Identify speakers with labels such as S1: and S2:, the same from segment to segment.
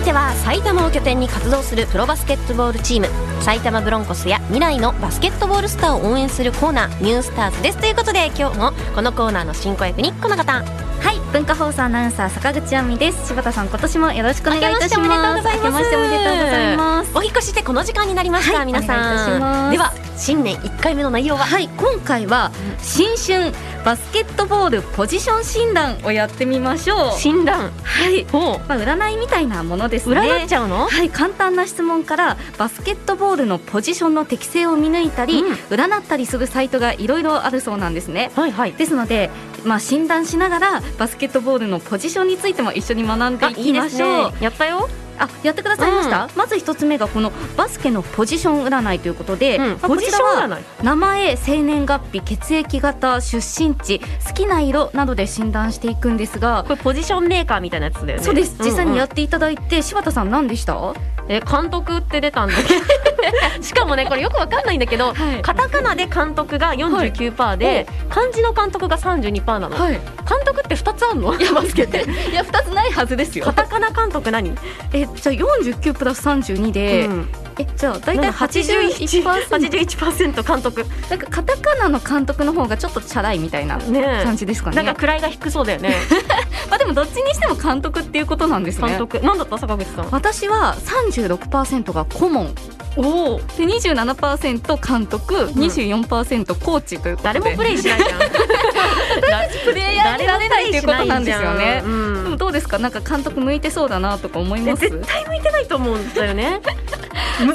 S1: 埼玉を拠点に活動するプロバスケットボールチーム埼玉ブロンコスや未来のバスケットボールスターを応援するコーナー「ニュースターズですということで今日もこのコーナーの進行役にこの方
S2: はい、文化放送アナウンサー坂口亜美です。柴田さん、今年もよろしくお願いいたします。。
S1: 明けましておめでとうございますお引越ししてこの時間になりました、
S2: はい
S1: 皆さん
S2: お願いいたします
S1: では新年1回目の内容は、
S2: はい、今回は新春バスケットボールポジション診断をやってみましょう。
S1: 診断
S2: はい、
S1: を
S2: まあ占いみたいなものですね。
S1: 占っちゃうの、
S2: はい、簡単な質問からバスケットボールのポジションの適性を見抜いたり、
S1: うん
S2: 占ったりするサイトがいろいろあるそうなんですね。
S1: はいはい
S2: ですので、まあ、診断しながらバスケットボールのポジションについても一緒に学んでいきましょう。
S1: あいいですねやったよ
S2: あやってくださいました、
S1: う
S2: まず一つ目がこのバスケのポジション占いということで、まあ
S1: ポジション
S2: こちらは
S1: 占い
S2: 名前生年月日血液型出身地好きな色などで診断していくんですが
S1: これポジションメーカーみたいなやつだよね
S2: そうです実際にや
S1: っ、
S2: っていただいて、柴田さん何でしたは
S1: え監督って出たんだけ どしかもねこれよくわかんないんだけど
S2: はい
S1: カタカナで監督が49%で、
S2: はい
S1: 漢字の監督が32%なの、
S2: い
S1: 監督って2つあるのいやバスケって
S2: いや2つないはずで す
S1: カタカナ監督何、
S2: えじゃあ49プラス32で、
S1: うん
S2: えじゃあ大体
S1: 81%
S2: 81%
S1: 81%監督
S2: なんかカタカナの監督の方がちょっとチャラいみたいな
S1: ねえ
S2: 感じですかね
S1: なんか位が低そうだよね
S2: まあでもどっちにしても監督っていうことなんですね
S1: 監督なんだった坂口さん
S2: 私は36%が顧問
S1: おお
S2: で27%監督24%コーチということで
S1: 誰もプレイしない じゃん
S2: プレイヤーになれないっていうことなんですよ
S1: 誰もプレイしないじゃ
S2: ね
S1: んうん
S2: でもどうですかなんか監督向いてそうだなとか思います
S1: ね絶
S2: 対
S1: ないと思うんだよね。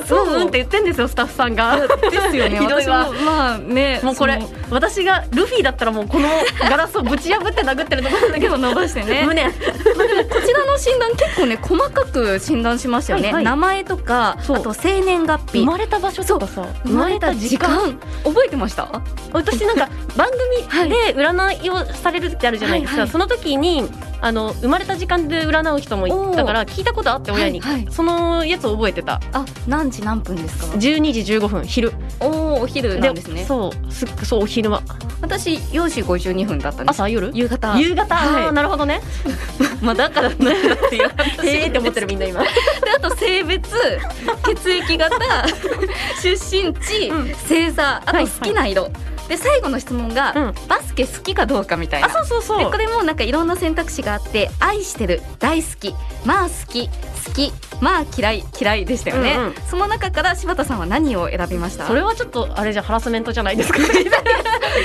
S1: そ
S2: そうう
S1: うんって言ってんですよスタッフさんが。
S2: ですよね
S1: ひどい
S2: 私も
S1: わ
S2: まあね
S1: もうこれ
S2: その
S1: 私がルフィだったらもうこのガラスをぶち破って殴ってる ところだけ
S2: 手
S1: ど
S2: を伸ばしてね
S1: 胸
S2: こちらの診断結構ね細かく診断しましたよね、
S1: はいはい
S2: 名前とかあ
S1: そう
S2: と生年月
S1: 生
S2: 日
S1: まれた場所とかさ生まれた時間
S2: 生まれた時間覚えてました
S1: 私なんか番組で占いをされるってあるじゃないですか、
S2: はいはい
S1: その時にあの生まれた時間で占う人もいたから聞いたことあって親に、
S2: はいはい
S1: そのやつを覚えてた
S2: あ何時何分ですか
S1: 12時15分昼
S2: おおお昼なんですね
S1: そうすそうお昼間
S2: 私4時52分だったんです
S1: 朝夜
S2: 夕方
S1: 夕方、
S2: はい
S1: あーなるほどね
S2: まあだからなんだっていう話
S1: へえって思ってるみんな今
S2: であと性別血 液型出身地、
S1: うん
S2: 星座あと
S1: はい
S2: 好きな色、で最後の質問が、
S1: うん
S2: バスケ好きかどうかみたいな
S1: あそうそうそう
S2: でこれもなんかいろんな選択肢があって愛してる大好きまあ好き好きまあ嫌い嫌いでしたよね、
S1: うんうん
S2: その中から柴田さんは何を選びました
S1: それはちょっとあれじゃんハラスメントじゃないですか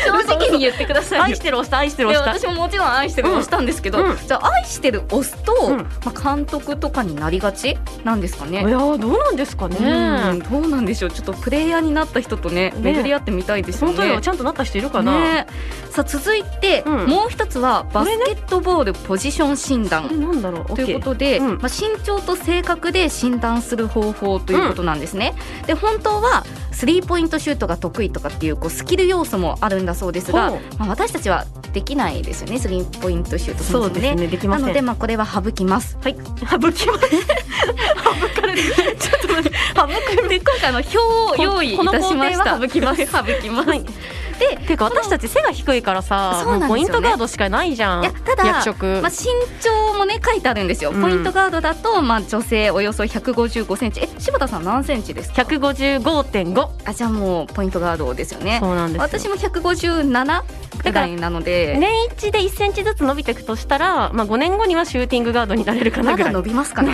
S2: 正直に言ってくださ い
S1: 愛
S2: よ
S1: してる押した愛してる
S2: で
S1: 押し
S2: 私ももちろん愛してる
S1: うん
S2: 押したんですけど、
S1: うん
S2: じゃあ愛してる押すと、
S1: うん
S2: まあ、監督とかになりがちなんですか
S1: た
S2: ね
S1: いやーどうなんですかね
S2: うんどうなんでしょうちょっとプレイヤーになった人とね
S1: ね
S2: 巡り合ってみたいですよね
S1: 本当よちゃんとなった人いるかな、
S2: ねさあ続いて、
S1: うん
S2: もう一つはバスケットボールポジション診
S1: こ
S2: 断
S1: れなんだろう
S2: というこ
S1: OK
S2: とで、
S1: うん
S2: まあ、身長と性格で診断する方法ということなんですね、で本当はスリーポイントシュートが得意とかっていうこうスキル要素もあるんだそうですが、
S1: ほう
S2: まあ、私たちはできないですよねスリーポイントシュートそ
S1: そ
S2: もそうも
S1: ですねできま
S2: な
S1: せん
S2: のでまあこれは省きます
S1: はい省きます省かれるちょっと待って省く
S2: で今回の表を用意いたしました
S1: この工程は省きます
S2: 省きます、
S1: はい
S2: で
S1: てか私たち背が低いからさ
S2: そうなんで
S1: もう
S2: すよね
S1: ポイントガードしかないじゃん
S2: いやただ
S1: 役職、
S2: まあ、身長もね書いてあるんですよ、
S1: うん
S2: ポイントガードだと、まあ、女性およそ155センチえ柴田さん何センチですか
S1: 155.5
S2: あじゃあもうポイントガードですよね
S1: そうなんですよ
S2: 私も157ぐらいなので
S1: 年一で1センチずつ伸びていくとしたら、まあ、5年後にはシューティングガードになれるかな
S2: ま
S1: ぐら
S2: だ
S1: い
S2: 伸びま すかね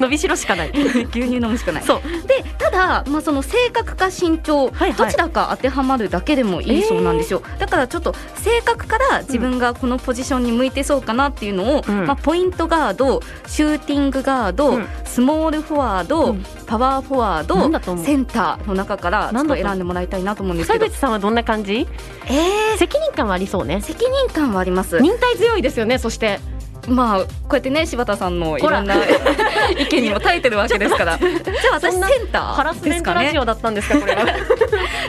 S1: 伸びしろし かない
S2: 牛乳飲むしかない
S1: そう
S2: でただ、まあ、その性格か身長、
S1: はいはい
S2: どちらか当てはまるだけでもいいそうなんですよ、だからちょっと性格から自分がこのポジションに向いてそうかなっていうのを、
S1: うん
S2: まあ、ポイントガードシューティングガード、
S1: うん
S2: スモールフォワード、
S1: うん
S2: パワーフォワー
S1: なん
S2: ド
S1: だと思う
S2: センターの中からちょ
S1: な
S2: っ
S1: んだと
S2: と
S1: 思う
S2: 選んでもらいたいなと思うんです
S1: 坂
S2: けど
S1: 口、さんはどんな感じ
S2: え
S1: 責任感はありそうね
S2: ー、責任感はあります
S1: 忍耐強いですよねそして
S2: まあこうやってね柴田さんのいろんな 意見にも耐えてるわけです からじゃあ私
S1: そ
S2: セ
S1: んな
S2: ンタ
S1: ハラ
S2: ー
S1: ス
S2: で
S1: メ
S2: す
S1: ント
S2: か
S1: ラジ
S2: ね
S1: オだったんですかこれは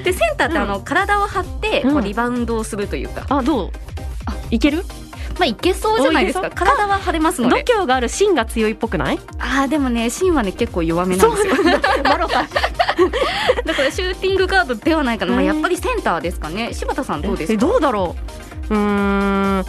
S2: でセンターってあの、体を張ってこ
S1: う
S2: うんリバウンドをするというか、
S1: あどうあいける
S2: まあいけそうじゃないです
S1: おい
S2: か
S1: けそう
S2: 体は張れます
S1: 度
S2: ので
S1: 胸がある芯が強いっぽくない
S2: ああでもね芯はね結構弱めなんですよ
S1: そうなん だマロさん
S2: だからシューティングガードではないかな、まあ、
S1: うん
S2: やっぱりセンターですかね柴田さんどうです
S1: え
S2: か
S1: どうだろううーん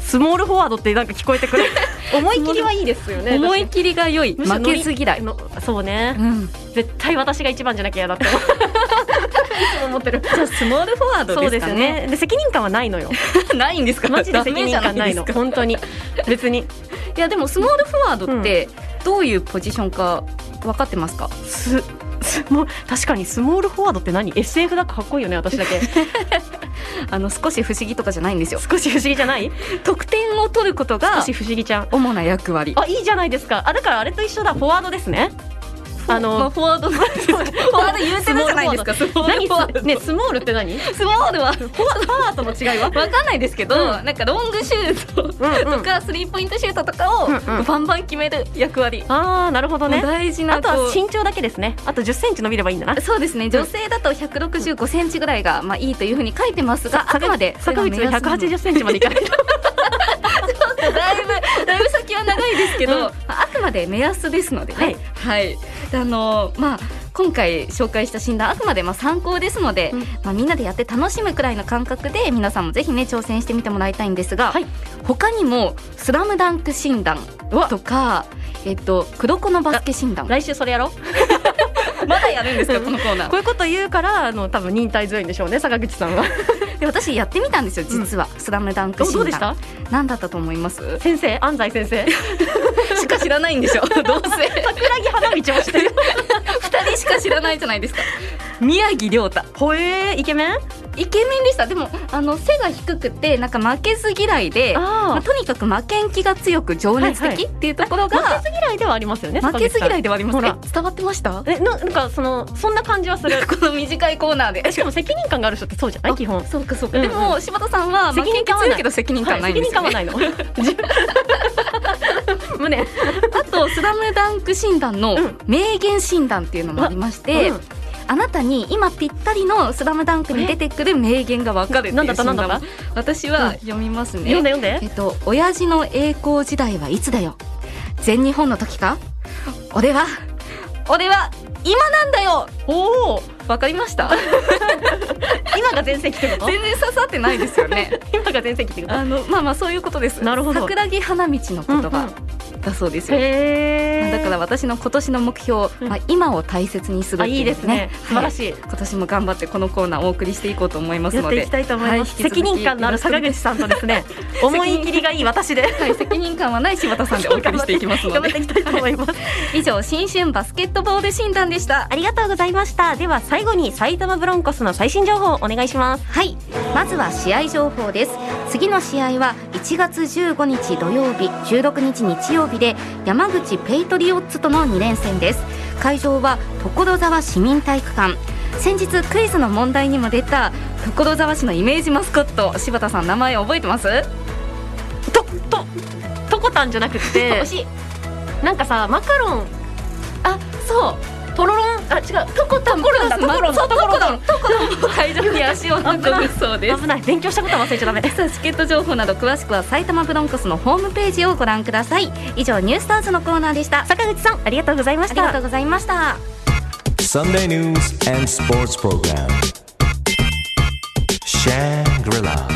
S1: スモールフォワードってなんか聞こえてくる 思い切りはいいですよね
S2: 思い切りが良い
S1: むしろ
S2: 負けず嫌い、
S1: のそうね
S2: うん、
S1: 絶対私が一番じゃなきゃ嫌だっていつも思ってる
S2: じゃあスモールフォワード
S1: そう
S2: で
S1: ですす
S2: か
S1: よ
S2: ね
S1: ねで責任感はないの よ
S2: ないんですか
S1: マジで責任
S2: ダ
S1: 感
S2: メじゃ
S1: ない
S2: で
S1: の
S2: すか
S1: 本当に別に
S2: いやでもスモールフォワードってどういうポジションか分かってますか、
S1: すすもう確かにスモールフォワードって何 SF だかかっこいいよね私 だけ
S2: あの少し不思議とかじゃないんですよ
S1: 少し不思議じゃない
S2: 得点を取ること
S1: 少
S2: が
S1: し不思議ちゃん
S2: 主な役割
S1: あいいじゃないですかあだからあれと一緒だフォワードですねあの
S2: まあフォワードなんですけどフォワード言うてるじゃないですかスモール
S1: 何
S2: フォワード
S1: すねスモールって何
S2: スモールはフォワード
S1: パートの違いは
S2: わかんないですけど、
S1: うん
S2: なんかロングシュートと
S1: うんうん
S2: かスリーポイントシュートとか
S1: うんうん
S2: をバンバン決める役割、
S1: ああなるほど
S2: もう
S1: ね
S2: 大事な
S1: あとは
S2: こ
S1: 身長だけですねあと1 0ンチ伸びればいいんだな
S2: うそうですね女性だと165センチぐらいがまあいいというふうに書いてますがあくまで
S1: 坂口の1 8 0ンチまでいか ないと
S2: だいぶだいぶ先は長いですけど、
S1: うん
S2: あくまで目安ですのでねはい、であのまあ今回紹介した診断あくまでまあ参考ですので、
S1: うん
S2: まあ、みんなでやって楽しむくらいの感覚で皆さんもぜひね挑戦してみてもらいたいんですが、
S1: はい
S2: 他にも「スラムダンク診断
S1: うわ
S2: とか「えっと、黒子のバスケ診断」
S1: 来週それやろう
S2: まだやるん ですかこのコーナ
S1: こういうこと言うからあの多分忍耐強いんでしょうね坂口さんは
S2: ーで私やってみたんですよ実は「スラムダンク
S1: どう
S2: 診断
S1: どうで した
S2: 何だったと思います
S1: 先生安西先 生
S2: しか知らないんで しょどうせ
S1: 桜木花道をしてる
S2: 2人しか知らないじゃないですか宮城亮太
S1: ほ えー、イケメン
S2: イケメンでしたでもあの背が低くてなんか負けず嫌いでまあ、
S1: あ
S2: とにかく負けん気が強く情熱
S1: はいはい
S2: 的っていうところが、
S1: 負けず嫌いではありますよね
S2: 負けず嫌い
S1: で
S2: ではあります
S1: ほ
S2: ね
S1: ら
S2: 伝わってましたこ
S1: えななんかそのそんな感じはする
S2: の短いコーナーで
S1: えしかも責任感がある人ってそうじゃない基本
S2: あそうかそうか、
S1: うんうん
S2: でも柴田さんは負
S1: 責
S2: け
S1: 任
S2: ん気
S1: 感はない
S2: 強いけど責任感ないんですよ、ね
S1: はい 責任感はないの無念
S2: あと「スラムダンク診断の
S1: うん
S2: 名言診断っていうのもありまして、
S1: うん
S2: あなたに今ぴったりの「スラムダンクに出てくる名言がわかるっていう
S1: なんだったなんだった
S2: 診断を私
S1: うん
S2: は読みますね、
S1: 読んで読んで
S2: えっと、親父の栄光時代はいつだよ全日本の時か俺は、俺は今なんだよ
S1: おお
S2: わかりました
S1: 今が全盛期ってこと
S2: 全然刺さってないですよね。
S1: 今が全盛期ってこと
S2: あの、まあまあそういうことです。
S1: なるほど
S2: 桜木花道の言
S1: う
S2: 葉
S1: ん
S2: だそうですよ。
S1: へえ
S2: だから私の今年の目標、
S1: うん
S2: まあ、今を大切にする
S1: あ
S2: って
S1: いい
S2: いう
S1: ですね素晴ら
S2: はい
S1: しい
S2: 今年も頑張ってこのコーナーをお送りしていこうと思います
S1: や
S2: の
S1: って
S2: で
S1: いきたいと思います、
S2: はい引き続
S1: 責
S2: き
S1: 任感のある坂口さんとです ね思い切りがいい私で
S2: はい、責任感はない柴田さんでお送りしていきますの
S1: 頑張っ
S2: で
S1: ていきたいと思います
S2: 以上新春バスケットボール診断でした
S1: ありがとうございましたでは最後に埼玉ブロンコスの最新情報をお願いします
S2: はいまずは試合情報です次の試合は1月15日土曜日16日日曜日で山口ペイトリオッツとの2連戦です会場は所沢市民体育館先日クイズの問題にも出た所沢市のイメージマスコット柴田さん名前覚えてます
S1: とととこたんじゃなく て
S2: 惜しい
S1: なんかさマカロン
S2: あそう
S1: とろろんあ違うとこたんところだところ
S2: そう
S1: だ
S2: ところだところ 会場に足を運ぶそう です
S1: 危ない勉強したことは忘れちゃダメです
S2: さあチケット情報など詳しくは埼玉ブロンコスのホームページをご覧ください以上ニュースターズのコーナーでした
S1: 坂口さんありがとうございま
S2: あ
S1: し
S2: りがと
S1: た
S2: うございました
S3: Sunday news and sports program. Shangri-La.